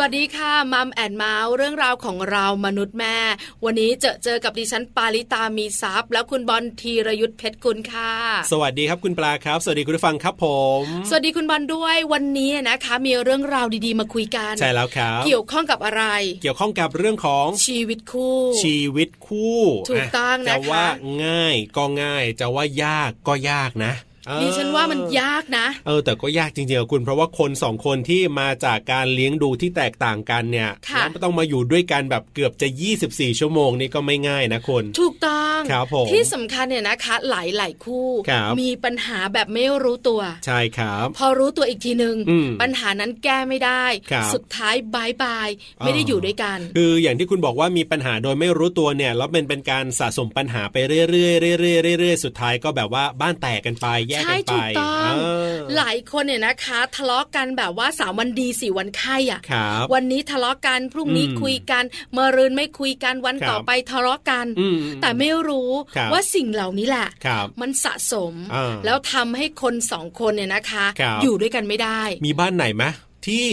สวัสดีค่ะมัมแอนเมาส์เรื่องราวของเรามนุษย์แม่ วันนี้เจอเจอกับดิฉันปาริตามีซัพย์ แล้วคุณบอลธีรยุทธเพชรกุลค่ะ สวัสดีครับคุณปลาครับ สวัสดีคุณผู้ฟังครับผม สวัสดีคุณบอลด้วยวันนี้นะคะ มีเรื่องราวดีๆมาคุยกัน ใช่แล้วครับ เกี่ยวข้องกับอะไร เกี่ยวข้องกับเรื่องของ ชีวิตคู่ ชีวิตคู่ ถูกต้องนะคะ จะว่าง่ายก็ง่าย จะว่ายากก็ยากนะเออ ดิฉันว่ามันยากนะ เออแต่ก็ยากจริงๆอะคุณเพราะว่าคนสองคนที่มาจากการเลี้ยงดูที่แตกต่างกันเนี่ย ค่ะ แล้วก็ต้องมาอยู่ด้วยกันแบบเกือบจะ 24 ชั่วโมงนี่ก็ไม่ง่ายนะคน ถูกต้อง ครับผม ที่สำคัญเนี่ยนะคะ หลายหลายๆคู่ ครับ มีปัญหาแบบไม่รู้ตัว ใช่ครับ พอรู้ตัวอีกทีหนึ อื่ ง ม ปัญหานั้นแก้ไม่ได้ ครับ สุดท้ายบายบายไม่ อ่า ได้อยู่ด้วยกัน คืออย่างที่คุณบอกว่ามีปัญหาโดยไม่รู้ตัวเนี่ยแล้วมันเป็นการสะสมปัญหาไปเรื่อยๆเรื่อยๆเรื่อยๆสุดท้ายก็แบบว่าบ้านแตกกันไปแยก ใช่ กันไป ถูกต้อง เออ หลายคนเนี่ยนะคะ ทะเลาะกันแบบว่าสามวันดีสี่วันไข้อะ ครับ วันนี้ทะเลาะกันพรุ่งนี้ อืม คุยกันเมื่อรืนไม่คุยกันวัน ครับ ต่อไปทะเลาะกัน อื แต่ไม่รู้ ครับ ว่าสิ่งเหล่านี้แหละ ครับ มันสะสม อ่า แล้วทำให้คนสองคนเนี่ยนะคะ ครับ อยู่ด้วยกันไม่ได้ มีบ้านไหนไหมที่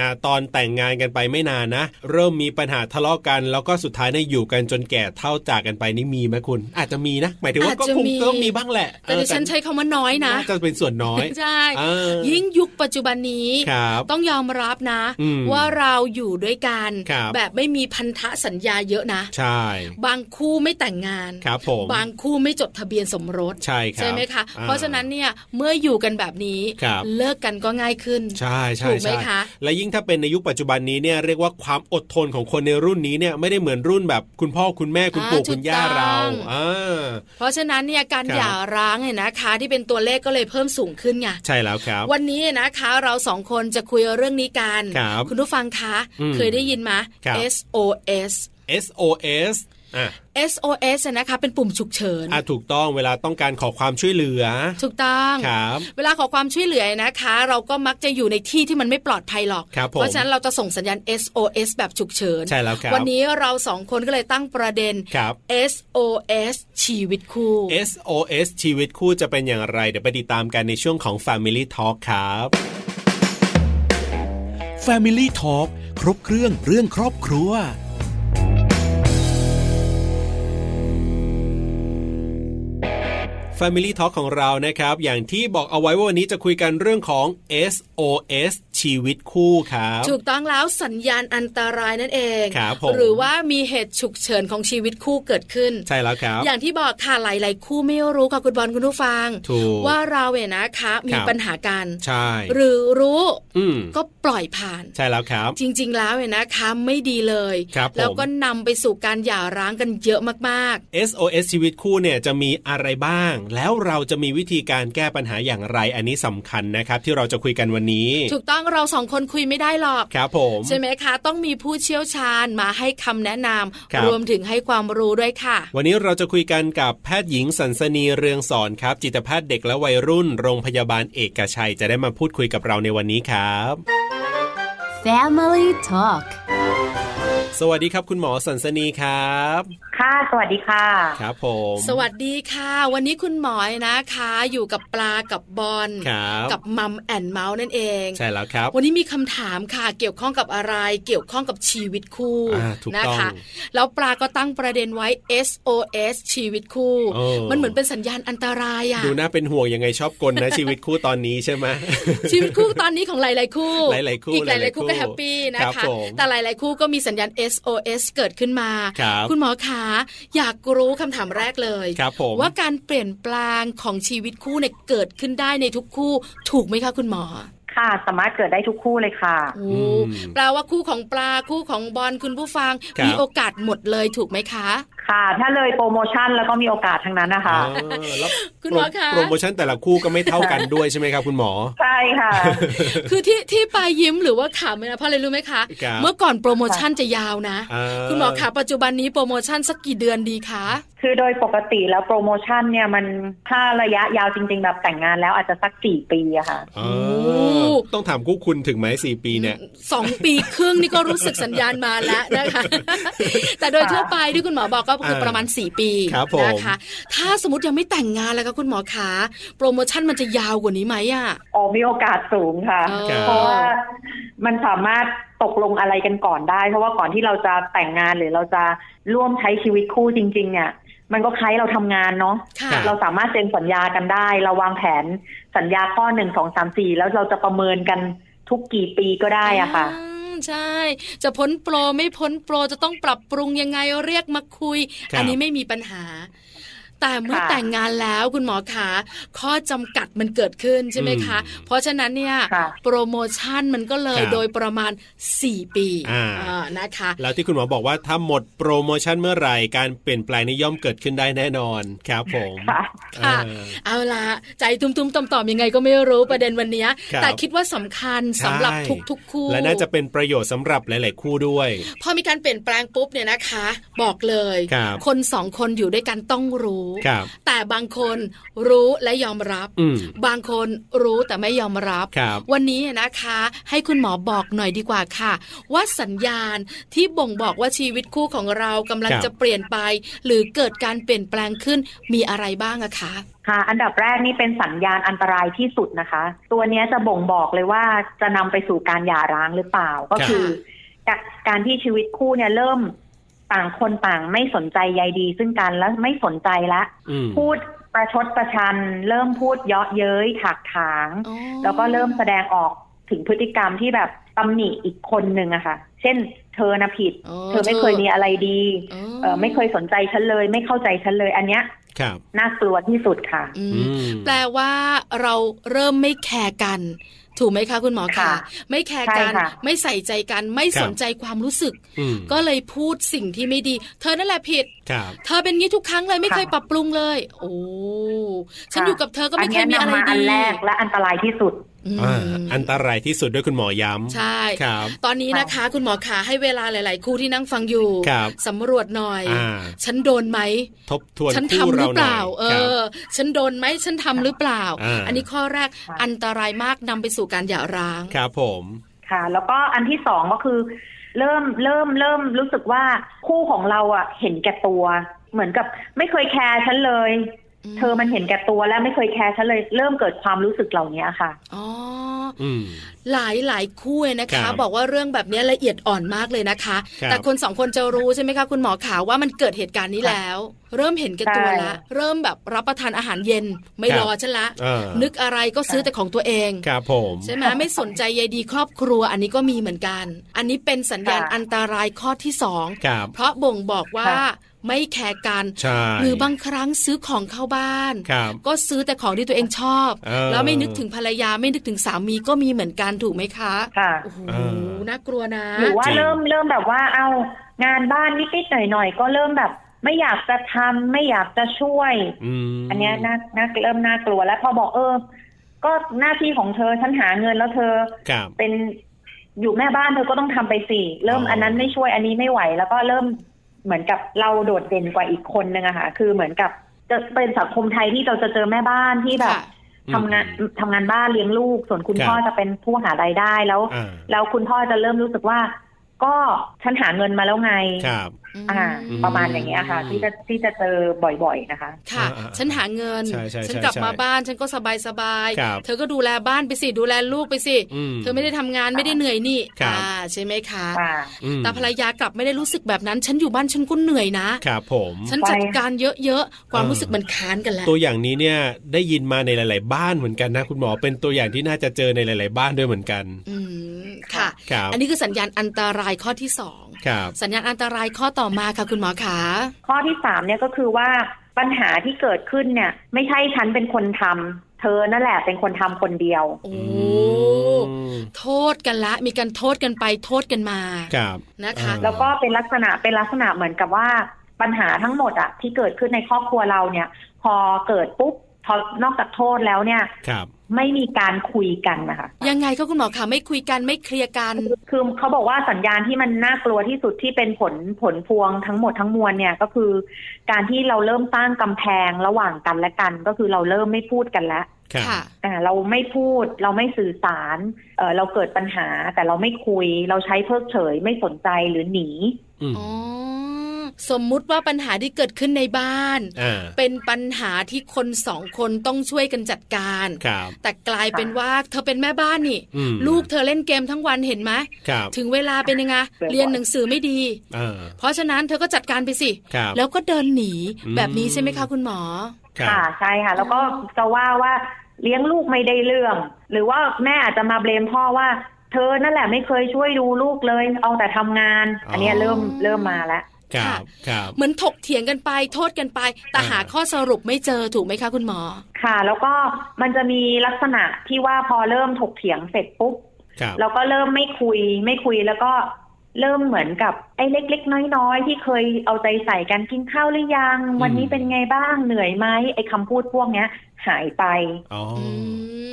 นะตอนแต่งงานกันไปไม่นานนะ เริ่มมีปัญหาทะเลาะกัน แล้วก็สุดท้ายเนี่ยอยู่กันจนแก่เท่าจากกันไปนี่มีไหมคุณ อาจจะมีนะ หมายถึงว่า อาจ ก็ จะ คง มี ต้องมีบ้างแหละ แต่ดิฉันใช้คำว่าน้อยนะ าจะเป็นส่วนน้อย ใช่ เออ ยิ่งยุคปัจจุบันนี้ ครับ ต้องยอมรับนะ อืม ว่าเราอยู่ด้วยกัน ครับ แบบไม่มีพันธสัญญาเยอะนะ ใช่ บางคู่ไม่แต่งงาน ครับผม บางคู่ไม่จดทะเบียนสมรส ใช่ครับ ไหมคะ อ่า เพราะฉะนั้นเนี่ยเมื่ออยู่กันแบบนี้ ครับ เลิกกันก็ง่ายขึ้น ใช่ใช่ ถูกไหม ใช่ คะ และยิ่งถ้าเป็นในยุคปัจจุบันนี้เนี่ยเรียกว่าความอดทนของคนในรุ่นนี้เนี่ยไม่ได้เหมือนรุ่นแบบคุณพ่อคุณแม่คุณปู่คุณย่าเราอ่า เพราะฉะนั้นเนี่ยการ ครับ หย่าร้างเนี่ยนะคะ ที่เป็นตัวเลขก็เลยเพิ่มสูงขึ้นไง ใช่แล้วครับ วันนี้นะคะเราสองคนจะคุยเรื่องนี้กัน ครับ ณผู้ฟังคะ อืม เคยได้ยินไหม ครับ SOS SOS อ่ะ SOS อะนะคะเป็นปุ่มฉุกเฉิน อ่ะถูกต้องเวลาต้องการขอความช่วยเหลือ ถูกต้อง ครับ เวลาขอความช่วยเหลือนะคะ เราก็มักจะอยู่ในที่ที่มันไม่ปลอดภัยหรอก ครับผม เพราะฉะนั้นเราจะส่งสัญญาณ SOS แบบฉุกเฉิน ใช่แล้วครับ วันนี้เราสองคนก็เลยตั้งประเด็น ครับ SOS ชีวิตคู่ SOS ชีวิตคู่จะเป็นอย่างไร เดี๋ยวไปติดตามกันในช่วงของ Family Talk ครับ Family Talk ครบเครื่องเรื่องครอบครัว Family Talk ของเรานะครับ อย่างที่บอกเอาไว้ว่าวันนี้จะคุยกันเรื่องของ SOS ชีวิตคู่ครับ ถูกต้องแล้วสัญญาณอันตรายนั่นเอง ครับผม หรือว่ามีเหตุฉุกเฉินของชีวิตคู่เกิดขึ้น ใช่แล้วครับ อย่างที่บอกค่ะหลาย ๆ คู่ไม่รู้ค่ะคุณบอลคุณผู้ฟัง ถูก ว่าเราเนี่ยนะคะมี ครับ ปัญหากัน ใช่ หรือรู้ อืม ก็ปล่อยผ่าน ใช่แล้วครับ จริง ๆ แล้วเนี่ยนะคะไม่ดีเลย ครับผม แล้วก็นำไปสู่การหย่าร้างกันเยอะมาก SOS ชีวิตคู่เนี่ยจะมีอะไรบ้าง แล้วเราจะมีวิธีการแก้ปัญหาอย่างไร อันนี้สำคัญนะครับ ที่เราจะคุยกันวันนี้ ๆ ถูกต้องเราสองคนคุยไม่ได้หรอก ครับผม ใช่ไหมคะ ต้องมีผู้เชี่ยวชาญมาให้คำแนะนำ ครับ วมถึงให้ความรู้ด้วยค่ะ วันนี้เราจะคุยกันกับแพทย์หญิงสันสนีเรืองสอนครับ จิตแพทย์เด็กและวัยรุ่น โรงพยาบาลเอกชัย จะได้มาพูดคุยกับเราในวันนี้ครับ Family Talk สวัสดีครับคุณหมอสันสนีครับ ค่ะ สวัสดีค่ะ ครับผม สวัสดีค่ะ วันนี้คุณหมอนะคะ อยู่กับปลากับบอล ครับ กับมัมแอนเมาส์นั่นเอง ใช่แล้วครับ วันนี้มีคำถามค่ะ เกี่ยวข้องกับอะไร เกี่ยวข้องกับชีวิตคู่ อ่าถูก นะ ต้อง คะ แล้วปลาก็ตั้งประเด็นไว้ SOS ชีวิตคู่ เออ มันเหมือนเป็นสัญญาณอันตรายอะ ดูน่าเป็นห่วงยังไงชอบกลนะ ชีวิตคู่ตอนนี้ใช่ไหม ชีวิตคู่ตอนนี้ของหลาย ๆ คู่ หลายๆคู่ อีกห ห ลา ลายๆยๆ คู่ คู่ ก็แฮปปี้นะครับ คะ ผม แต่หลาย ๆ คู่ก็มีสัญญาณ SOS เกิดขึ้นมา ครับ ณหมอขาอยากรู้คำถามแรกเลย ครับผม ว่าการเปลี่ยนแปลงของชีวิตคู่เนี่ยเกิดขึ้นได้ในทุกคู่ ถูกไหมคะคุณหมอ ค่ะ สามารถเกิดได้ทุกคู่เลยค่ะ โอ้ ม แปลว่าคู่ของปลาคู่ของบอลคุณผู้ฟัง ครับ มีโอกาสหมดเลยถูกไหมคะ ค่ะ ถ้าเลยโปรโมชั่นแล้วก็มีโอกาสทั้งนั้นนะคะ เออแล้ว คุณหมอคะ โปรโมชั่นแต่ละคู่ก็ไม่เท่ากันด้วยใช่ไหมครับคุณหมอ ใช่ค่ะ คือที่ที่ปลายิ้มหรือว่าขำเนี่ยนะเพราะอะไรรู้ไหมคะ ครับ เมื่อก่อนโปรโมชั่นจะยาวนะ อ่า คุณหมอคะปัจจุบันนี้โปรโมชั่นสักกี่เดือนดีคะ คือโดยปกติแล้วโปรโมชั่นเนี่ยมันถ้าระยะยาวจริง ๆ แบบแต่งงานแล้วอาจจะสักสี่ปีอะค่ะ เอ โอ้ อต้องถามคู่คุณถึงไหมสี่ปีเนี่ย สองปีครึ่งนี่ก็รู้สึกสัญญาณมาแล้วนะคะ แต่โดยทั่วไปที่คุณหมอบอกก็ ก็คือ เออ ประมาณ 4 ปี ครับผม นะคะ ถ้าสมมติยังไม่แต่งงานแล้วก็คุณหมอขาโปรโมชั่นมันจะยาวกว่านี้ไหมอ่ะ อ๋อมีโอกาสสูงค่ะ เออ เพราะว่ามันสามารถตกลงอะไรกันก่อนได้ เพราะว่าก่อนที่เราจะแต่งงานหรือเราจะร่วมใช้ชีวิตคู่จริง ๆ เนี่ย มันก็คล้ายเราทำงานเนาะ ค่ะ เราสามารถเซ็นสัญญากันได้ เราวางแผนสัญญาข้อหนึ่งสองสามสี่แล้วเราจะประเมินกันทุกกี่ปีก็ได้อะค่ะ อืมใช่ จะพ้นโปรไม่พ้นโปรจะต้องปรับปรุงยังไงเรียกมาคุย ครับ อันี้ไม่มีปัญหา แต่เมื่อ ค่ะ แต่งงานแล้วคุณหมอขาข้อจำกัดมันเกิดขึ้นใช่ไหมคะ เพราะฉะนั้นเนี่ย ค่ะ โปรโมชั่นมันก็เลย ครับ โดยประมาณ 4 ปี อ่า เออนะคะ แล้วที่คุณหมอบอกว่าถ้าหมดโปรโมชั่นเมื่อไหร่การเปลี่ยนแปลงนี้ย่อมเกิดขึ้นได้แน่นอนครับผม ค่ะ ค่ะ เออ เอาละใจตุ้มๆต่อมๆยังไงก็ไม่รู้ประเด็นวันเนี้ย ครับ แต่คิดว่าสำคัญสำหรับ ใช่ ทุกๆคู่ และน่าจะเป็นประโยชน์สำหรับหลาย ๆ คู่ด้วย พอมีการเปลี่ยนแปลงปุ๊บเนี่ยนะคะ บอกเลย ครับ นสองคนอยู่ด้วยกันต้องรู้ ครับ แต่บางคนรู้และยอมรับ อืม บางคนรู้แต่ไม่ยอมรับ ครับ วันนี้นะคะ ให้คุณหมอบอกหน่อยดีกว่าค่ะ ว่าสัญญาณที่บ่งบอกว่าชีวิตคู่ของเรากำลัง ครับ จะเปลี่ยนไป หรือเกิดการเปลี่ยนแปลงขึ้นมีอะไรบ้างอะคะ ค่ะ อันดับแรกนี่เป็นสัญญาณอันตรายที่สุดนะคะ ตัวเนี้ยจะบ่งบอกเลยว่าจะนำไปสู่การหย่าร้างหรือเปล่า ก็คือจากการที่ชีวิตคู่เนี่ยเริ่มต่างคนต่างไม่สนใจใยดี ซึ่งกันและไม่สนใจละ อืม พูดประชดประชัน เริ่มพูดเยาะเย้ยถากถาง อ๋อ แล้วก็เริ่มแสดงออกถึงพฤติกรรมที่แบบตำหนิอีกคนหนึ่งอะค่ะ เช่น เธอนะผิด อ๋อ เธอไม่เคยมีอะไรดี อ๋อ เออไม่เคยสนใจฉันเลย ไม่เข้าใจฉันเลย อันเนี้ย ครับ น่ากลัวที่สุดค่ะ อื อื ม ม แปลว่าเราเริ่มไม่แคร์กัน ถูกไหมคะคุณหมอคะ ค่ะ ไม่แคร์กัน ใช่ค่ะ ไม่ใส่ใจกันไม่ ครับ สนใจความรู้สึก อืม ก็เลยพูดสิ่งที่ไม่ดี เธอนั่นแหละผิด ครับ เธอเป็นงี้ทุกครั้งเลยไม่เคยปรับปรุงเลย โอ้ฉันอยู่กับเธอก็ไม่เคยมีอะไร นนี้นำมาอั ดี นแรกและอันตรายที่สุด อืม อ่าอันตรายที่สุดด้วยคุณหมอย้ำ ใช่ ครับ ตอนนี้นะคะ คุณหมอขาให้เวลาหลาย ๆ คู่ที่นั่งฟังอยู่ ครับ สำรวจหน่อย อ่า ฉันโดนไหม ทบทวน ฉัน คู่ ทำหรื เรา อ ห เป น่อ ล่า ย เอ ครับ อ ฉันโดนไหม ฉันทำหรือเปล่า อ่า อันนี้ข้อแรก ค่ะ อันตรายมากนำไปสู่การหย่าร้าง ครับผม ค่ะ แล้วก็อันที่สองก็คือ เริ่มเริ่มเริ่มรู้สึกว่าคู่ของเราอ่ะเห็นแก่ตัว เหมือนกับไม่เคยแคร์ฉันเลย อืม เธอมันเห็นแก่ตัวและไม่เคยแคร์ฉันเลย เริ่มเกิดความรู้สึกเหล่านี้ค่ะ อ๋อ อืม หลายหลายคู่เลยนะ ครั คะ บ บอกว่าเรื่องแบบนี้ละเอียดอ่อนมากเลยนะคะ ครับ แต่คนสองคนจะรู้ใช่ไหมคะคุณหมอขาว่ามันเกิดเหตุการณ์นี้แล้ว เริ่มเห็นแก่ตัวละ ใช่ เริ่มแบบรับประทานอาหารเย็นไม่รอฉันละ เออ นึกอะไรก็ซื้อแต่ของตัวเอง ครับผม ใช่ไหมไม่สนใจใยดีครอบครัว อันนี้ก็มีเหมือนกัน อันนี้เป็นสัญญาณ ค่ะ อันตรายข้อที่สอง ครับ เพราะบ่งบอกว่า ค่ะ ไม่แคร์กัน ใช่ หรือบางครั้งซื้อของเข้าบ้าน ครับ ก็ซื้อแต่ของที่ตัวเองชอบ เออ แล้วไม่นึกถึงภรรยาไม่นึกถึงสามีก็มีเหมือนกันถูกไหมคะ ค่ะ โอ้โห เออ น่ากลัวนะ หรือว่า จริง เริ่มเริ่มแบบว่าเอางานบ้านนิดๆหน่อยๆก็เริ่มแบบ ไม่อยากจะทำไม่อยากจะช่วย อืม อันเนี้ยน่าน่าเริ่มน่ากลัวแล้วพอบอกเออ ก็หน้าที่ของเธอฉันหาเงินแล้วเธอ ครับ เป็นอยู่แม่บ้านเธอก็ต้องทำไปสิเริ่ม อ๋ออั อันนั้นไม่ช่วยอันนี้ไม่ไหว แล้วก็เริ่มเหมือนกับเราโดดเด่นกว่าอีกคนนึงอะค่ะ คือเหมือนกับจะเป็นสังคมไทยที่เราจะเจอแม่บ้านที่แบบ ค่ะ ทำงานทำงานบ้านเลี้ยงลูก ส่วนคุณพ่อจะเป็นผู้หารายได้แล้ว อ่า แล้วคุณพ่อจะเริ่มรู้สึกว่า ก็ฉันหาเงินมาแล้วไง ครับ อ่า อืม ประมาณอย่างเงี้ยค่ะ ที่จะที่จะเจอบ่อยๆนะคะ ค่ะ อ่าๆ ฉันหาเงิน ใช่ใช่ ฉัน ใช่ กลับมา ใช่ บ้าน ฉันก็สบายสบายๆ ครับ เธอก็ดูแลบ้านไปสิ ดูแลลูกไปสิ อืม เธอไม่ได้ทำงานไม่ได้เหนื่อยนี่ ครับ อ่าใช่ไหมคะ ค่ะ อืม แต่ภรรยากลับไม่ได้รู้สึกแบบนั้น ฉันอยู่บ้านฉันก็เหนื่อยนะ ครับผม ฉันจัดการเยอะๆ ความรู้สึกมันค้านกันแหละ ตัวอย่างนี้เนี่ยได้ยินมาในหลาย ๆ บ้านเหมือนกันนะคุณหมอเป็นตัวอย่างที่น่าจะเจอในหลาย ๆ บ้านด้วยเหมือนกัน อืมค่ะ ครับ อันนี้คือสัญญาณอันตรายข้อที่สอง ครับ สัญญาณอันตรายข้อต่อมาค่ะคุณหมอขา ข้อที่สามเนี่ยก็คือว่าปัญหาที่เกิดขึ้นเนี่ย ไม่ใช่ฉันเป็นคนทำเธอนั่นแหละเป็นคนทำคนเดียว โอ้ อืม โทษกันละ มีการโทษกันไปโทษกันมา ครับ นะคะ อ่า แล้วก็เป็นลักษณะเป็นลักษณะเหมือนกับว่าปัญหาทั้งหมดอะที่เกิดขึ้นในครอบครัวเราเนี่ย พอเกิดปุ๊บพอนอกจากโทษแล้วเนี่ย ครับ ไม่มีการคุยกันนะคะ ยังไงก็คุณหมอขาไม่คุยกันไม่เคลียร์กัน คือเขาบอกว่าสัญญาณที่มันน่ากลัวที่สุดที่เป็นผลผลพวงทั้งหมดทั้งมวลเนี่ยก็คือ การที่เราเริ่มสร้างกำแพงระหว่างกันและกัน ก็คือเราเริ่มไม่พูดกันแล้ว ครับ ค่ะ อ่าเราไม่พูดเราไม่สื่อสารเอ่อเราเกิดปัญหาแต่เราไม่คุย เราใช้เพิกเฉยไม่สนใจหรือหนี อืม อ๋อ สมมุติว่าปัญหาที่เกิดขึ้นในบ้าน อ่า เป็นปัญหาที่คนสองคนต้องช่วยกันจัดการ ครับ แต่กลายเป็นว่าเธอเป็นแม่บ้านนี่ อืม ลูกเธอเล่นเกมทั้งวันเห็นไหม ครับ ถึงเวลาเป็นยังไงเรียนหนังสือไม่ดี อ่า เพราะฉะนั้นเธอก็จัดการไปสิ ครับ แล้วก็เดินหนีแบบนี้ใช่ไหมคะคุณหมอ ครับ ค่ะใช่ค่ะ แล้วก็จะว่าว่าเลี้ยงลูกไม่ได้เรื่อง หรือว่าแม่อาจจะมาเบลมพ่อว่า เธอนั่นแหละไม่เคยช่วยดูลูกเลย เอาแต่ทำงาน อันเนี้ยเริ่มเริ่มมาแล้ว ครับครับ เหมือนถกเถียงกันไปโทษกันไป แต่ อ่า หาข้อสรุปไม่เจอถูกไหมคะคุณหมอ ค่ะ แล้วก็มันจะมีลักษณะที่ว่าพอเริ่มถกเถียงเสร็จปุ๊บ ครับ แล้วก็เริ่มไม่คุยไม่คุยแล้วก็เริ่มเหมือนกับไอ้เล็ก ๆ น้อยๆที่เคยเอาใจใส่กันกินข้าวหรือยัง วันนี้เป็นไงบ้างเหนื่อยไหมไอ้คำพูดพวกเนี้ย หายไป อ๋อ อื อ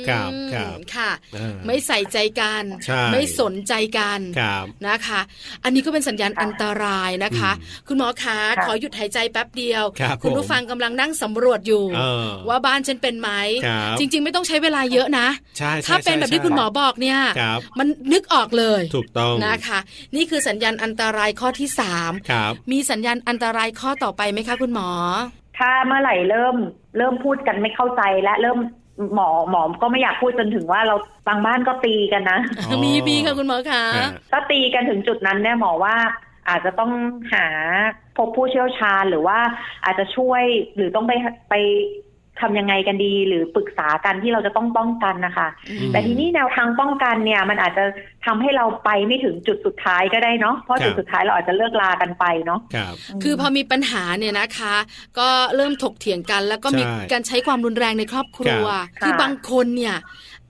ม ครับครับ ค่ะ อ่า ไม่ใส่ใจกัน ใช่ ไม่สนใจกัน ครับ นะคะ อันนี้ก็เป็นสัญญาณอันตรายนะคะ อืม คุณหมอคะ ค่ะ ขอหยุดหายใจแป๊บเดียว ครับ ณผู้ ผม ฟังกำลังนั่งสำรวจอยู่ เออ ว่าบ้านฉันเป็นไหม ครับ จริง ๆ ไม่ต้องใช้เวลาเยอะนะ ใช่ใช่ ถ้าเป็น ใช่ แบบที่คุณหมอบอกเนี่ย ครับ มันนึกออกเลย ถูกต้อง นะคะ นี่คือสัญญาณอันตรายข้อที่สาม ครับ มีสัญญาณอันตรายข้อต่อไปไหมคะคุณหมอ ถ้าเมื่อไหร่เริ่มเริ่มพูดกันไม่เข้าใจและเริ่มหมอหมอก็ไม่อยากพูดจนถึงว่าเราบางบ้านก็ตีกันนะ อ๋อ มีมีค่ะคุณหมอคะ อ่า ถ้าตีกันถึงจุดนั้นเนี่ยหมอว่าอาจจะต้องหาพบผู้เชี่ยวชาญหรือว่าอาจจะช่วยหรือต้องไปไปทำยังไงกันดีหรือปรึกษากันที่เราจะต้องป้องกันนะคะ อืม แต่ทีนี้แนวทางป้องกันเนี่ย มันอาจจะทำให้เราไปไม่ถึงจุดสุดท้ายก็ได้เนาะเพราะ ครับ จุดสุดท้ายเราอาจจะเลิกลากันไปเนาะ ครับ คือพอมีปัญหาเนี่ยนะคะ ก็เริ่มถกเถียงกันแล้วก็มี ใช่ การใช้ความรุนแรงในครอบครัว ะ คือบางคนเนี่ย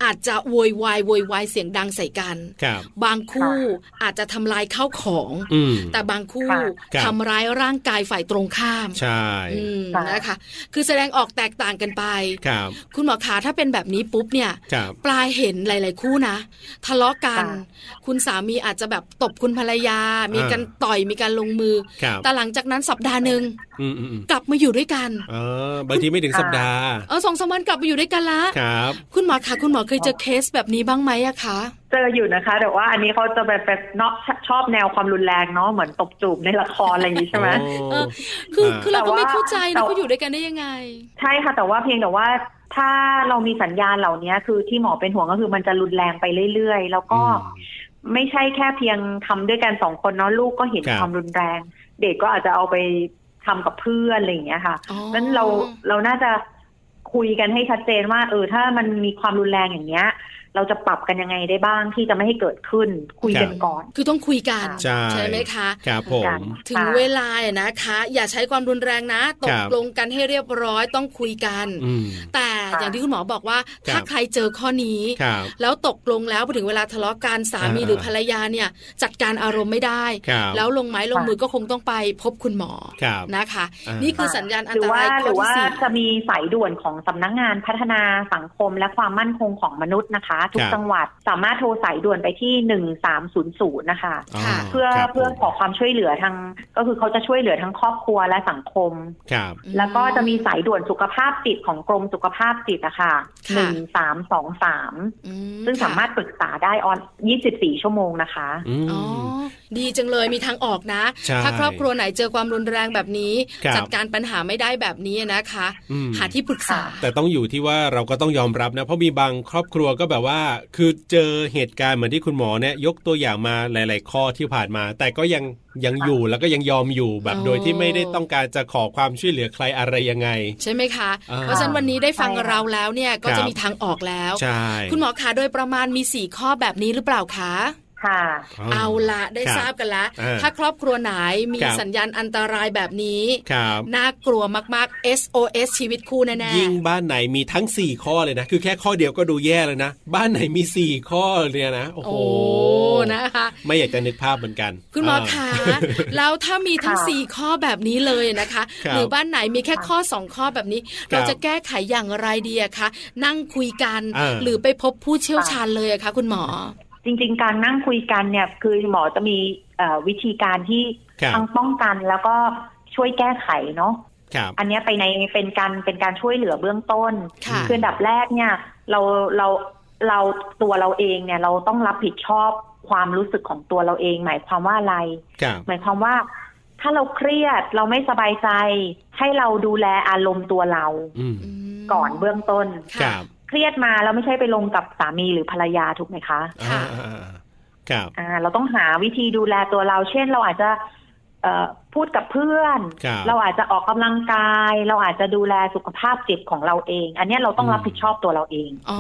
อาจจะโวยวายโวยวายเสียงดังใส่กัน ครับ บางคู่อาจจะทำลายข้าวของ อืม แต่บางคู่ ค่ะ ครับ ทำร้ายร่างกายฝ่ายตรงข้าม ใช่ อืม ค่ะ นะคะคือแสดงออกแตกต่างกันไป ครับ คุณหมอขาถ้าเป็นแบบนี้ปุ๊บเนี่ย ครับ ปลาเห็นหลาย ๆ คู่นะ ทะเลาะกัน ค่ะ คุณสามีอาจจะแบบตบคุณภรรยา มีการต่อยมีการลงมือ ครับ แต่หลังจากนั้นสัปดาห์หนึ่ง อืมอืมอืม กลับมาอยู่ด้วยกัน เออบางทีไม่ถึงสัปดาห์ เออสองสามวันกลับมาอยู่ด้วยกันละ ครับ คุณหมอคะคุณหมอเคยเจอเคสแบบนี้บ้างไหมอะคะ เจออยู่นะคะ แต่ว่าอันนี้เขาจะแบบแบบเนาะชอบแนวความรุนแรงเนาะเหมือนตบจูบในละครอะไรอย่างนี้ใช่ไหม เออคือ อ่า คือเราก็ไม่เข้าใจ แต่ นะ ว่า เขาอยู่ด้วยกันได้ยังไง ใช่ค่ะแต่ว่าเพียงแต่ว่าถ้าเรามีสัญญาณเหล่านี้คือที่หมอเป็นห่วงก็คือมันจะรุนแรงไปเรื่อยๆ แล้วก็ไม่ใช่แค่เพียงทำด้วยกันสองคนเนาะลูกก็เห็น ครับ ความรุนแรง เด็กก็อาจจะเอาไปทำกับเพื่อนอะไรอย่างเงี้ยค่ะ อ๋อ นั้นเราเราน่าจะคุยกันให้ชัดเจนว่า เออ ถ้ามันมีความรุนแรงอย่างเงี้ย เราจะปรับกันยังไงได้บ้างที่จะไม่ให้เกิดขึ้น คุยกันก่อน คือต้องคุยกัน ค่ะ ใช่ ไหมคะ ครับผม ถึงเวลาเนี่ยนะคะ อย่าใช้ความรุนแรงนะ ต ครั ก บ ลงกันให้เรียบร้อยต้องคุยกัน อืม แต่อย่างที่คุณหมอบอกว่า ถ้า ครับ ใครเจอข้อนี้ ครับ แล้วตกลงแล้วพอถึงเวลาทะเลาะกันสามี อ่า หรือภรรยาเนี่ย จัดการอารมณ์ไม่ได้ ครับ แล้วลงไม้ลงมือก็คงต้องไปพบคุณหมอ ครับ นะคะ อ่านี่ นี่คือสัญญาณอัน หตรือว่าร าย ห ข้อ รือ ที่ ว่า สี่ จะมีสายด่วนของสำนักงานพัฒนาสังคมและความมั่นคงของมนุษย์นะคะ ทุ ค ก รับ จังหวัดสามารถโทรสายด่วนไปที่หนึ่งสามศูนย์ศูนย์นะคะ เพื่อ ครับ เพื่อขอความช่วยเหลือทางก็คือเขาจะช่วยเหลือทั้งครอบครัวและสังคม ครับ อื แล้วก็จะมีสายด่วนสุขภาพจิตของกรมสุขภาพจิตนะคะ ค่ะ หนึ่งสามสองสาม อืม ซึ่ง ค่ะ สามารถปรึกษาได้ออน24 ชั่วโมงนะคะ อืม อ๋อดีจังเลยมีทางออกนะ ใช่ ถ้าครอบครัวไหนเจอความรุนแรงแบบนี้ ครับ จัดการปัญหาไม่ได้แบบนี้นะคะ อืม หาที่ปรึกษา แต่ต้องอยู่ที่ว่าเราก็ต้องยอมรับนะ เพราะมีบางครอบครัวก็แบบว่า คือเจอเหตุการณ์เหมือนที่คุณหมอเนี่ยยกตัวอย่างมาหลาย ๆ ข้อที่ผ่านมา แต่ก็ยังยังอยู่แล้วก็ยังยอมอยู่แบบ อ๋อ โดยที่ไม่ได้ต้องการจะขอความช่วยเหลือใครอะไรยังไง ใช่ไหมคะ อ่า เพราะฉะนั้นวันนี้ได้ฟัง ใช่ค่ะ เราแล้วเนี่ยก็ ครับ จะมีทางออกแล้ว ใช่ คุณหมอคะโดยประมาณมีสี่ข้อแบบนี้หรือเปล่าคะ ค่ะ เอาละได้ ค ทราบกันละ อ่า ถ้าครอบครัวไหนมี ครับ สัญญาณอันตรายแบบนี้ ครับ น่ากลัวมากๆ SOS ชีวิตคู่แน่ ยิ่งบ้านไหนมีทั้ง 4 ข้อเลยนะ คือแค่ข้อเดียวก็ดูแย่แล้วนะ บ้านไหนมี 4 ข้อเนี่ยนะ โอ้ ๆ โห โอ้นะคะ ไม่อยากจะนึกภาพเหมือนกัน คุณหมอ เ ขาแล้วถ้ามีทั้ง ค่ะ 4 ข้อแบบนี้เลยนะคะ ครับ หรือบ้านไหนมีแค่ข้อ 2 ข้อแบบนี้ ครับ เราจะแก้ไขอย่างไรดีอะคะ นั่งคุยกัน อ่า หรือไปพบผู้เชี่ยวชาญเลยอะคะคุณหมอ จริง ๆ การนั่งคุยกันเนี่ย คือหมอจะมีเอ่อวิธีการที่ ครับ ทั้งป้องกันแล้วก็ช่วยแก้ไขเนาะ ครับ อันเนี้ยไปในเป็นการเป็นการช่วยเหลือเบื้องต้น ค่ะ คืออันดับแรกเนี่ย เราเราเราตัวเราเองเนี่ย เราต้องรับผิดชอบความรู้สึกของตัวเราเอง หมายความว่าอะไร ครับ หมายความว่า ถ้าเราเครียดเราไม่สบายใจ ให้เราดูแลอารมณ์ตัวเรา อืม ม ก่อนเบื้องต้น ค ค่ะ รับ เครียดมาเราไม่ใช่ไปลงกับสามีหรือภรรยาถูกไหมคะ อ่า ค่ะ อ่าอ่าครับ อ่าเราต้องหาวิธีดูแลตัวเรา เช่นเราอาจจะเอ่อพูดกับเพื่อน ครับ เราอาจจะออกกำลังกาย เราอาจจะดูแลสุขภาพจิตของเราเอง อันเนี้ยเราต้องรับผิดชอบตัวเราเอง อ๋อ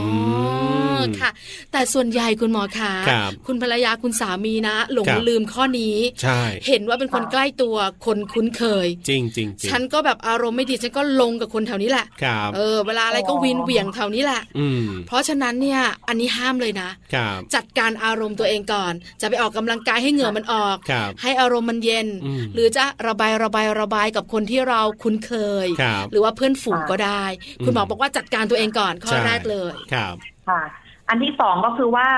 อค่ะ แต่ส่วนใหญ่คุณหมอคะ ครับ คุณภรรยาคุณสามีนะ หลง ครับ ลืมข้อนี้ ใช่ เห็นว่าเป็นคนใกล้ตัวคนคุ้นเคย จริงจริงจริง ฉันก็แบบอารมณ์ไม่ดีฉันก็ลงกับคนแถวนี้แหละ ครับ เออ เวลาอะไรก็ อ๋อ วินเหวี่ยงแถวนี้แหละ อืม เพราะฉะนั้นเนี่ยอันนี้ห้ามเลยนะ ครับ จัดการอารมณ์ตัวเองก่อน จะไปออกกำลังกายให้เหงื่อมันออก ครับ ให้อารมณ์มันเย็น อืม หรือจะระบายระบายระบายกับคนที่เราคุ้นเคย ครับ หรือว่าเพื่อนฝูงก็ได้ อืม คุณหมอบอกว่าจัดการตัวเองก่อนข้อ ใช่ แรกเลย ครับ ค่ะ อันที่สองก็คือว่า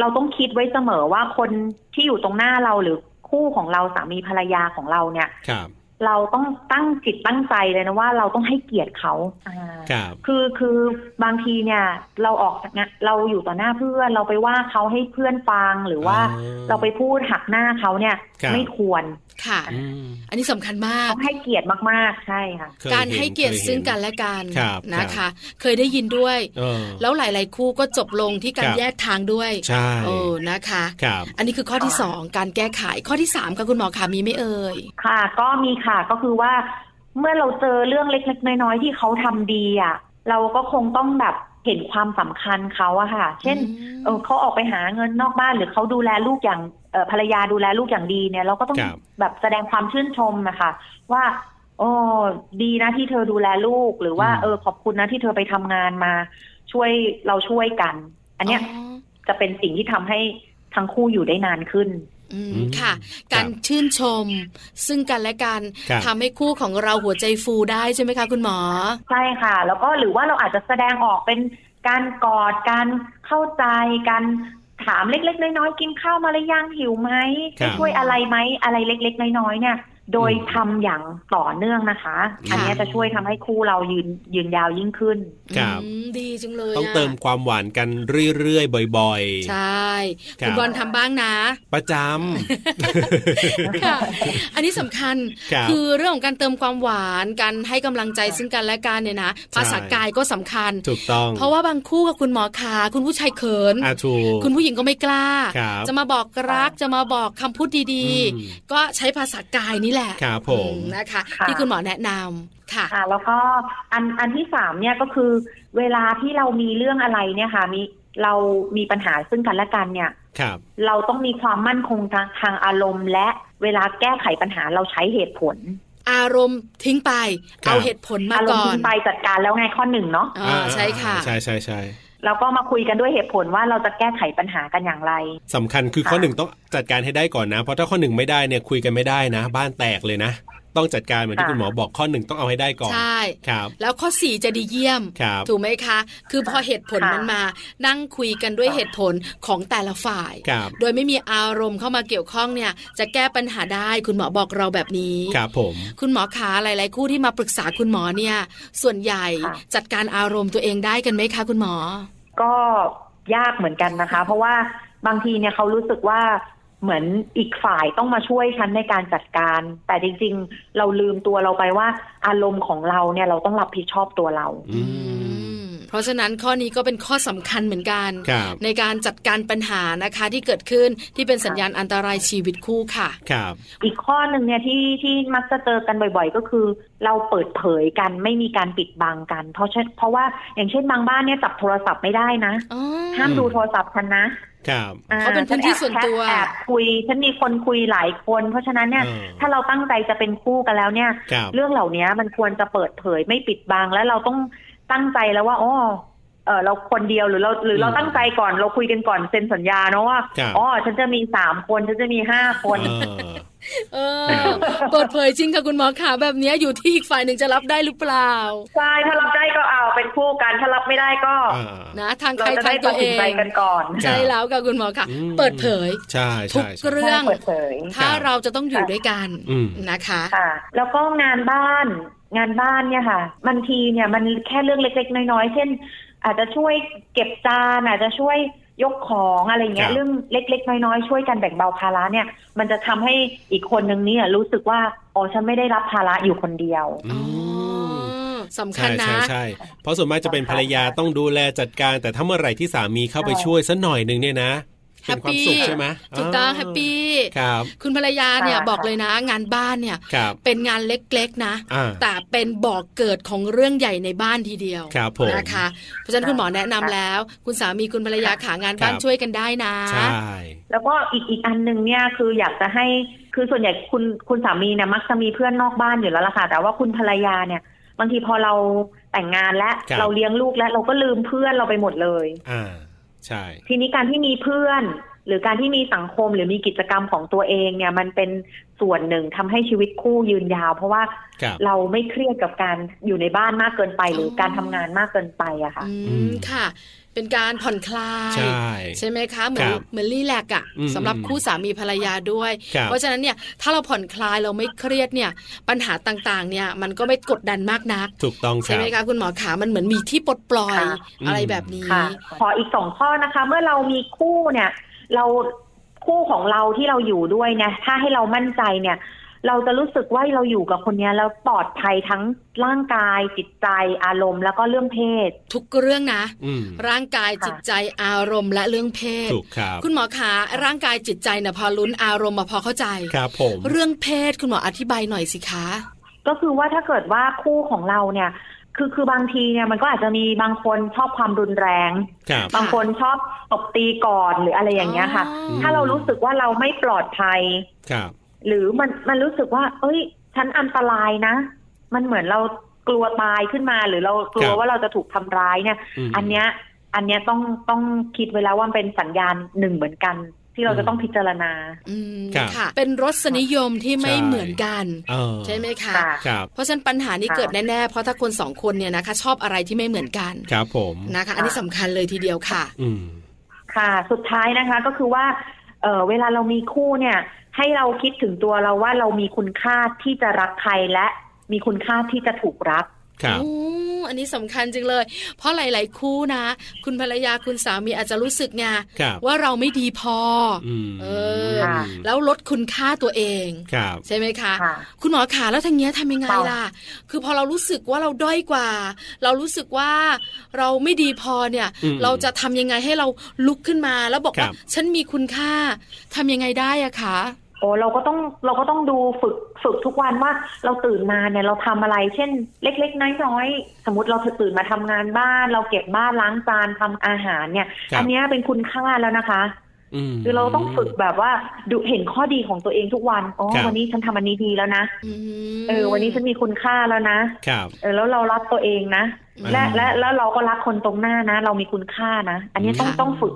เราต้องคิดไว้เสมอว่าคนที่อยู่ตรงหน้าเราหรือคู่ของเราสามีภรรยาของเราเนี่ย ครับ เราต้องตั้งจิตตั้งใจเลยนะว่าเราต้องให้เกียรติเขาอ่า ครับ คือคือบางทีเนี่ย เราออกจากงานเราอยู่ต่อหน้าเพื่อนเราไปว่าเขาให้เพื่อนฟังหรือว่า อ่า เราไปพูดหักหน้าเขาเนี่ย ครับ ไม่ควร ค่ะ อืม อันนี้สำคัญมาก ต้องให้เกียรติมากๆใช่ค่ะ คย การ น ให้เกียรติ คห็ ซึ่งกันและกัน ครับ นะ ครั คะ บ เคยได้ยินด้วย เออ แล้วหลาย ๆ คู่ก็จบลงที่การ ครับ แยกทางด้วย ใช่ เออนะคะ ครับ อันนี้คือข้อที่ 2 การแก้ไขข้อที่3ค่ะคุณหมอค่ะมีไหม่เอ่ย ค่ะ ก็มีค่ะก็คือว่า เมื่อเราเจอเรื่องเล็กๆน้อยๆที่เขาทำดีอ่ะเราก็คงต้องแบบเห็นความสำคัญเขาอะค่ะ เช่น เออเขาออกไปหาเงินนอกบ้านหรือเขาดูแลลูกอย่างเอ่อภรรยาดูแลลูกอย่างดีเนี่ยเราก็ต้อง ครับ แบบแสดงความชื่นชมนะคะว่า โอ้ดีนะที่เธอดูแลลูกหรือว่า อืม เออขอบคุณนะที่เธอไปทำงานมา ช่วยเราช่วยกัน อันเนี้ยจะเป็นสิ่งที่ทำให้ทั้งคู่อยู่ได้นานขึ้น อืม อืม ค่ะ การชื่นชม ซึ่งกันและกัน ครับ ทำให้คู่ของเราหัวใจฟูได้ใช่ไหมคะคุณหมอ ใช่ค่ะ แล้วก็หรือว่าเราอาจจะแสดงออกเป็นการกอดการเข้าใจการถามเล็ก ๆ น้อยๆกินข้าวมาหรือยังหิวไหม ครับ ให้ช่วยอะไรไหมอะไรเล็ก ๆ น้อยๆเนี่ย โดย อืม ทำอย่างต่อเนื่องนะคะ ค่ะ อันเนี้ยจะช่วยทำให้คู่เรายืนยืนยาวยิ่งขึ้น ครับ อืมดีจังเลต้องยะ เติมความหวานกันเรื่อยๆ บ่อย ใช่ ครับ คุณบอลทำบ้างนะ ๆ ประจ ค่ะ อันนี้สำคัญ ครับ อเรื่องของการเติมความหวานการให้กำลังใจซึ่งกันและกันเนี่ยนะภาษากายก็สำคัญ ำ ถูกต้อง เพราะว่าบางคู่กับคุณหมอขาคุณผู้ชายเขิน อาถูก คุณผู้หญิงก็ไม่กล้า ครับ จะมาบอกรักจะมาบอกคำพูดดี อืม ๆ ก็ใช้ภาษากายนี่แหละ ครับผม อืนะคะ ค่ะ ที่คุณหมอแนะนำค่ะ ค่ะ แล้วก็อันอันที่สามเนี่ยก็คือ เวลาที่เรามีเรื่องอะไรเนี่ยค่ะมีเรามีปัญหาซึ่งกันและกันเนี่ย ครับ เราต้องมีความมั่นคงทางทางอารมณ์ และเวลาแก้ไขปัญหาเราใช้เหตุผล อารมณ์ทิ้งไป ครับ เอาเหตุผลมา อารม ก่อณ์ทิ้ น งไปจัดการแล้วไงข้อหนึ่งเนาะ อ่าใช่ค่ะ ใช่ใช่ใช่ แล้วก็มาคุยกันด้วยเหตุผลว่าเราจะแก้ไขปัญหากันอย่างไร สำคัญคือ ค่ะ ข้อหนึ่งต้องจัดการให้ได้ก่อนนะ เพราะถ้าข้อหนึ่งไม่ได้เนี่ยคุยกันไม่ได้นะ บ้านแตกเลยนะ ต้องจัดการเหมือนที่คุณหมอบอกข้อหนึ่งต้องเอาให้ได้ก่อน ใช่ ครับ แล้วข้อสี่จะดีเยี่ยม ครับ ถูกไหมคะ คือพอเหตุผลมันมา นั่งคุยกันด้วยเหตุผลของแต่ละฝ่าย ครับ โดยไม่มีอารมณ์เข้ามาเกี่ยวข้องเนี่ย จะแก้ปัญหาได้คุณหมอบอกเราแบบนี้ ครับผม คุณหมอขาหลาย ๆ คู่ที่มาปรึกษาคุณหมอเนี่ย ส่วนใหญ่ ค่ะ จัดการอารมณ์ตัวเองได้กันไหมคะคุณหมอ ก็ยากเหมือนกันนะคะ เพราะว่าบางทีเนี่ยเขารู้สึกว่าเหมือนอีกฝ่ายต้องมาช่วยฉันในการจัดการ แต่จริงๆ เราลืมตัวเราไปว่าอารมณ์ของเราเนี่ยเราต้องรับผิดชอบตัวเรา อืม อืมเพราะฉะนั้นข้อนี้ก็เป็นข้อสำคัญเหมือนกัน ครับ ในการจัดการปัญหานะคะที่เกิดขึ้นที่เป็นสัญญาณอันตรายชีวิตคู่ค่ะ ครับ อีกข้อหนึ่งเนี่ยที่ที่มักจะเจอกันบ่อย ๆ ก็คือ เราเปิดเผยกันไม่มีการปิดบังกัน เพราะเช่นเพราะว่าอย่างเช่นบางบ้านเนี่ยจับโทรศัพท์ไม่ได้นะ อ๋อ ห้ามดูโทรศัพท์ฉันนะ ครับ อ่ เพราะเป็นพื้นที่ส่วนตัว ฉัแอบแอบคุย ฉันมีคนคุยหลายคน เพราะฉะนั้นเนี่ย เออ ถ้าเราตั้งใจจะเป็นคู่กันแล้วเนี่ย ครับ เรื่องเหล่านี้มันควรจะเปิดเผยไม่ปิดบังและเราต้องตั้งใจแล้วว่าอ๋อเออเราคนเดียวหรือเราหรือเราตั้งใจก่อนเราคุยกันก่อนเซ็นสัญญาเนาะว่า ครับ อ๋อฉันจะมีสามคนฉันจะมีห้าคน เออ เออเปิดเผยจริงค่ะคุณหมอค่ะแบบเนี้ยอยู่ที่อีกฝ่ายหนึ่งจะรับได้หรือเปล่า ใช่ถ้ารับได้ก็เอาเป็นคู่กัน ถ้ารับไม่ได้ก็ อ่า นะทางใค เรา ร จะ ทา ได้ งตั ตัว ด เองสินใจกันก่อน ใช่แล้วค่ะคุณหมอค่ะ อืม เปิดเผย ใช่ ทุ ใช่ ก ใช่ เรื่อง เปิดเผย ถ้า ครับ เราจะต้องอยู่ ค่ะ ด้วยกัน อืม นะคะ ค่ะแล้วก็งานบ้านงานบ้านเนี่ยค่ะบางทีเนี่ยมันแค่เรื่องเล็กๆ น้อยๆ เช่น อาจจะช่วยเก็บจานอาจจะช่วย ยกของอะไรคเงี้ย รับ เรื่องเล็ก ๆ น้อยๆช่วยกันแบ่งเบาภาระเนี่ย มันจะทำให้อีกคนนึงเนี่ยรู้สึกว่าอ๋อฉันไม่ได้รับภาระอยู่คนเดียว อื อ๋อ ม สำคั ใช่ ญนะ ใช่ใช่เพราะส่วนมากจะเป็นภรรยาต้องดูแลจัดการ แต่ถ้าเมื่อไหร่ที่สามีเข้าไป ใช่ ช่วยสักหน่อยหนึ่งเนี่ยนะ แฮ เป็น ป ความ ปี้ สุขใช่ไหม ถูกต้อง า แฮปปี้ ครับ คุณภรรยาเนี่ย ค่ะ บอกเลยนะ งานบ้านเนี่ย ครับ เป็นงานเล็กๆนะ อ่า แต่เป็นบ่อกเกิดของเรื่องใหญ่ในบ้านทีเดียว ครับผม นะคะเพราะฉะนั้นคุณหมอแนะนำแล้ว คุณสามีคุณภรรยาขางานบ้าน ครับ ช่วยกันได้นะ ใช่ แล้วก็อีกอีกอันหนึ่งเนี่ยคืออยากจะให้คือส่วนใหญ่คุณคุณสามีเนี่ยมักจะมีเพื่อนนอกบ้านอยู่แล้วล่ะค่ะแต่ว่าคุณภรรยาเนี่ย บางทีพอเราแต่งงานและเราเลี้ยงลูกแล้วเราก็ลืมเพื่อนเราไปหมดเลย อ่า ใช่ ทีนี้การที่มีเพื่อน หรือการที่มีสังคมหรือมีกิจกรรมของตัวเองเนี่ยมันเป็นส่วนหนึ่งทำให้ชีวิตคู่ยืนยาว เพราะว่า ครับ เราไม่เครียดกับการอยู่ในบ้านมากเกินไป หรือการทำงานมากเกินไปอะค่ะ อื อื ม ม ค่ะ เป็นการผ่อนคลาย ใช่ ใช่ไหมคะเหมือน ครับ เหมือนรีแลกซ์อะ อืม สำหรับคู่สามีภรรยาด้วย ครับ เพราะฉะนั้นเนี่ยถ้าเราผ่อนคลายเราไม่เครียดเนี่ย ปัญหาต่างๆ เนี่ย มันก็ไม่กดดันมากนัก ถูกต้องค ใช่ รับ ไหมคะคุณหมอขา มันเหมือนมีที่ปลดปล่อย ค่ะ อะไร อืม แบบนี้ ค่ะขออีกสองข้อนะคะ เมื่อเรามีคู่เนี่ย เราคู่ของเราที่เราอยู่ด้วยเนี่ยถ้าให้เรามั่นใจเนี่ย เราจะรู้สึกว่าเราอยู่กับคนเนี้ยแล้วปลอดภัยทั้งร่างกาย จิตใจอารมณ์ แล้วก็เรื่องเพศ ทุกเรื่องนะ อืม ร่างกาย ค่ะ จิตใจอารมณ์และเรื่องเพศ ถูกครับ คุณหมอขาร่างกายจิตใจเนี่ยพอลุ้นอารมณ์มาพอเข้าใจ ครับผม เรื่องเพศคุณหมออธิบายหน่อยสิคะ ก็คือว่าถ้าเกิดว่าคู่ของเราเนี่ย คือคือบางทีเนี่ยมันก็อาจจะมีบางคนชอบความรุนแรง ครับ บางคนชอบตบตีก่อนหรืออะไรอย่างเงี้ยค่ะ อ๋อ ถ้าเรารู้สึกว่าเราไม่ปลอดภัย ครับ หรือมันมันรู้สึกว่า เอ้ย ฉันอันตรายนะ มันเหมือนเรากลัวตายขึ้นมา หรือเรากควลัรับ ว่าเราจะถูกทำร้ายเนี่ย ม อันเนี้ยอันเนี้ยต้องต้องคิดไว้แล้วว่ามันเป็นสัญญาณหนึ่งเหมือนกัน ที่เราจะต้องพิจารณา อืม ครับ ค่ะ เป็นรสนิยมที่ไม่ ใช่ เหมือนกัน เออ ใช่ไหมคะ ค่ะ ครับ เพราะฉะนั้นปัญหานี้ ค่ะ เกิดแน่ๆ เพราะถ้าคนสองคนเนี่ยนะคะ ชอบอะไรที่ไม่เหมือนกัน ครับผม นะคะ อันนี้สำคัญเลยทีเดียวค่ะ อืม ค่ะ สุดท้ายนะคะก็คือว่าเออเวลาเรามีคู่เนี่ย ให้เราคิดถึงตัวเราว่าเรามีคุณค่าที่จะรักใครและมีคุณค่าที่จะถูกรัก ครับ โอ้อันนี้สำคัญจริงเลย เพราะหลาย ๆ คู่นะ คุณภรรยาคุณสามีอาจจะรู้สึกไง ครับ ว่าเราไม่ดีพออ อืม เออ ค่ะ แล้วลดคุณค่าตัวเอง ครับ ใช่ไหมคะ ค่ะ คุณหมอขาแล้วทางเนี้ยทำยังไง ค่ะ ล่ะ คือพอเรารู้สึกว่าเราด้อยกว่า เรารู้สึกว่าเราไม่ดีพอเนี่ย อืม เราจะทำยังไงให้เราลุกขึ้นมา แล้วบอก ครั ว่า บ ฉันมีคุณค่าทำยังไงได้อะคะ โอ้เราก็ต้องเราก็ต้องดูฝึกฝึกทุกวันว่าเราตื่นมาเนี่ยเราทำอะไร เช่น เล็ก ๆ น้อยๆสมมติเราตื่นมาทำงานบ้าน เราเก็บบ้านล้างจานทำอาหารเนี่ย ครับ อัเนี้ยเป็นคุณค่าแล้วนะคะ อืม คือเราต้องฝึกแบบว่าดูเห็นข้อดีของตัวเองทุกวันอ๋อ ครับ วันนี้ฉันทำอันนี้ดีแล้วนะ อืม เออวันนี้ฉันมีคุณค่าแล้วนะครับ เออแล้วเรารักตัวเองนะ อืม และและแล้วเราก็รักคนตรงหน้านะ เรามีคุณค่านะ อันเนี้ยต้อง ค่ะ ต้องฝึก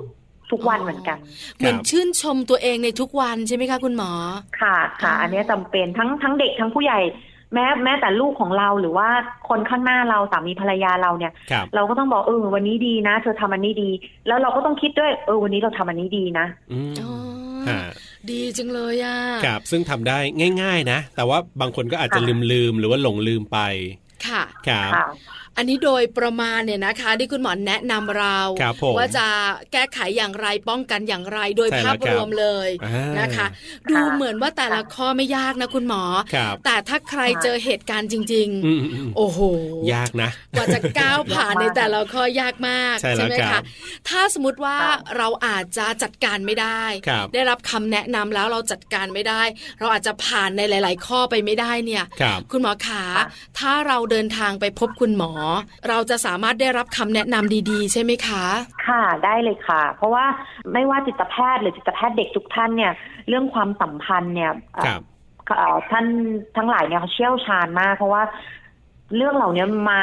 ทุกวันเหมือนกัน เหมือนชื่นชมตัวเองในทุกวันใช่ไหมคะคุณหมอ ค่ะค่ะ อืม อันเนี้ยจำเป็นทั้งทั้งเด็กทั้งผู้ใหญ่ แม้แม้แต่ลูกของเราหรือว่าคนข้างหน้าเราสามีภรรยาเราเนี่ย ครับ เราก็ต้องบอกเออวันนี้ดีนะ เธอทำอันนี้ดี แล้วเราก็ต้องคิดด้วยเออวันนี้เราทำอันนี้ดีนะ อืม อ๋อ ฮะ ดีจังเลยอ่ะ ครับ ซึ่งทำได้ง่าย ๆ นะ แต่ว่าบางคนก็อาจจะ ค่ะ ลืมลืมๆหรือว่าหลงลืมไป ค่ะ ครับ ค่ะ อันนี้โดยประมาณเนี่ยนะคะ ที่คุณหมอแนะนำเรา ครับผม ว่าจะแก้ไขอย่างไรป้องกันอย่างไรโดย ใช่ ภาพ แล้วครั ร บ วมเลย อ่า นะคะ า ดู ค่ะ เหมือนว่าแต่ละ ค่ะ ข้อไม่ยากนะคุณหมอ ครับ แต่ถ้าใครเจอเหตุการณ์จริง อืมอืมอืม ๆ โอ้โห ยากนะ กว่าจะก้าวผ่านในแต่ละข้อยากมาก ใช่แล้ว ไหม ครั คะ บ ถ้าสมมติว่าเราอาจจะจัดการไม่ได้ ครับ ได้รับคำแนะนำแล้วเราจัดการไม่ได้ เราอาจจะผ่านในหลาย ๆ ข้อไปไม่ได้เนี่ย ครับ คุณหมอขา ค่ะ ถ้าเราเดินทางไปพบคุณหมอ เราจะสามารถได้รับคำแนะนำดีๆ ใช่ไหมคะ ค่ะได้เลยค่ะ เพราะว่าไม่ว่าจิตแพทย์หรือจิตแพทย์เด็กทุกท่านเนี่ย เรื่องความสัมพันธ์เนี่ยเอ่อ ครับ เอ่อท่านทั้งหลายเนี่ยเขาเชี่ยวชาญมาก เพราะว่าเรื่องเหล่านี้มา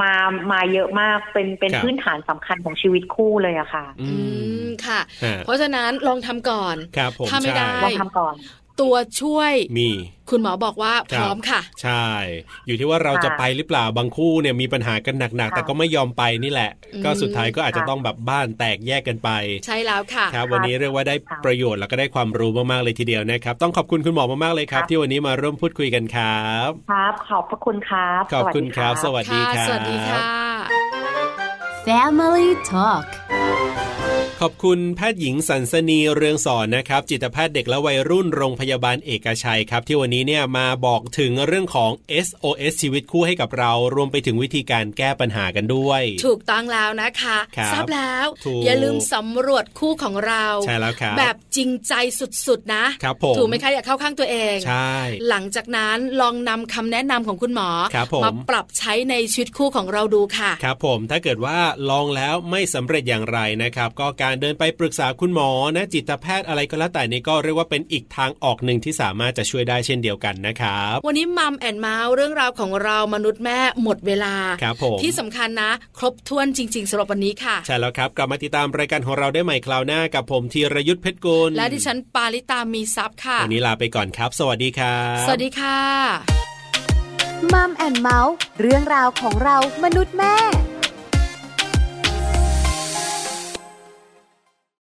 มามาเยอะมากเป็นเป็น ครับ พื้นฐานสำคัญของชีวิตคู่เลยอะค่ะ อื อื ม มค่ะ ฮะ เพราะฉะนั้นลองทำก่อน ครับผม ถ้าไม่ได้ ใช่ ลองทำก่อน ตัวช่วย มี คุณหมอบอกว่าพครับ ร้อมค่ะ ใช่ อยู่ที่ว่าเรา ค่ะ จะไปหรือเปล่าบางคู่เนี่ยมีปัญหากันหนักๆ ค่ะ แต่ก็ไม่ยอมไปนี่แหละ อืม ก็สุดท้ายก็อาจจะ ค่ะ ต้องแบบบ้านแตกแยกกันไป ใช่แล้วค่ะ ครับ วันนี้เรียกว่าได้ ค่ะ ประโยชน์แล้วก็ได้ความรู้มากๆเลยทีเดียวนะครับ ต้องขอบคุณคุณหมอมากๆเลยครับ ครับ ที่วันนี้มาร่วมพูดคุยกันครับ ครับขอบพระคุณครับ ขอบคุณ สวัสดี ครับ สวัสดี ค่ะสวัสดีครับค่ะ Family Talk ขอบคุณแพทย์หญิงสันสนีเรืองสอนนะครับ จิตแพทย์เด็กและวัยรุ่นโรงพยาบาลเอกชัยครับ ที่วันนี้เนี่ยมาบอกถึงเรื่องของ SOS ชีวิตคู่ให้กับเรา รวมไปถึงวิธีการแก้ปัญหากันด้วย ถูกต้องแล้วนะคะ ครับ ทราบแล้ว ถูก อย่าลืมสำรวจคู่ของเรา ใช่แล้วครับ แบบจริงใจสุดๆนะครับ ผม ถูกไหมคะอย่าเข้าข้างตัวเอง ใช่ หลังจากนั้นลองนำคำแนะนำของคุณหมอ ครับผม มาปรับใช้ในชีวิตคู่ของเราดูค่ะ ครับผมถ้าเกิดว่าลองแล้วไม่สำเร็จอย่างไรนะครับ ก็การเดินไปปรึกษาคุณหมอนะจิตแพทย์อะไรก็แล้วแต่นี่ก็เรียกว่าเป็นอีกทางออกหนึ่งที่สามารถจะช่วยได้เช่นเดียวกันนะครับ วันนี้มัมแอนเมาส์เรื่องราวของเรามนุษย์แม่หมดเวลา ครับผม ที่สำคัญนะ ครบถ้วนจริง ๆสำหรับวันนี้ค่ะ ใช่แล้วครับกลับมาติดตามรายการของเราได้ใหม่คราวหน้ากับผมธีรยุทธเพชรกุล และดิฉันปาริตามีซับค่ะ วันนี้ลาไปก่อนครับ สวัสดีครับ สวัสดีค่ะ มัมแอนเมาส์เรื่องราวของเรามนุษย์แม่